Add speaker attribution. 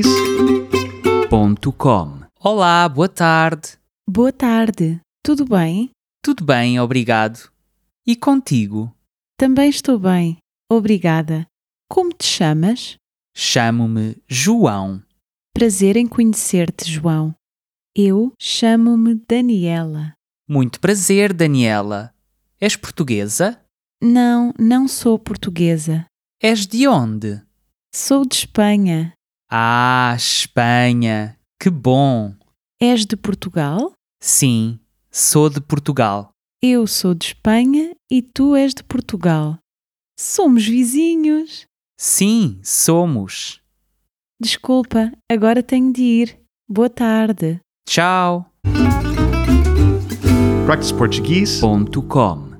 Speaker 1: practiceportuguese.com.
Speaker 2: Olá, boa tarde.
Speaker 3: Boa tarde, tudo bem?
Speaker 2: Tudo bem, obrigado. E contigo?
Speaker 3: Também estou bem, obrigada. Como te chamas?
Speaker 2: Chamo-me João.
Speaker 3: Prazer em conhecer-te, João. Eu chamo-me Daniela.
Speaker 2: Muito prazer, Daniela. És portuguesa?
Speaker 3: Não, não sou portuguesa.
Speaker 2: És de onde?
Speaker 3: Sou de Espanha.
Speaker 2: Ah, Espanha. Que bom.
Speaker 3: És de Portugal?
Speaker 2: Sim, sou de Portugal.
Speaker 3: Eu sou de Espanha e tu és de Portugal. Somos vizinhos.
Speaker 2: Sim, somos.
Speaker 3: Desculpa, agora tenho de ir. Boa tarde.
Speaker 2: Tchau.
Speaker 1: Practiceportuguese.com.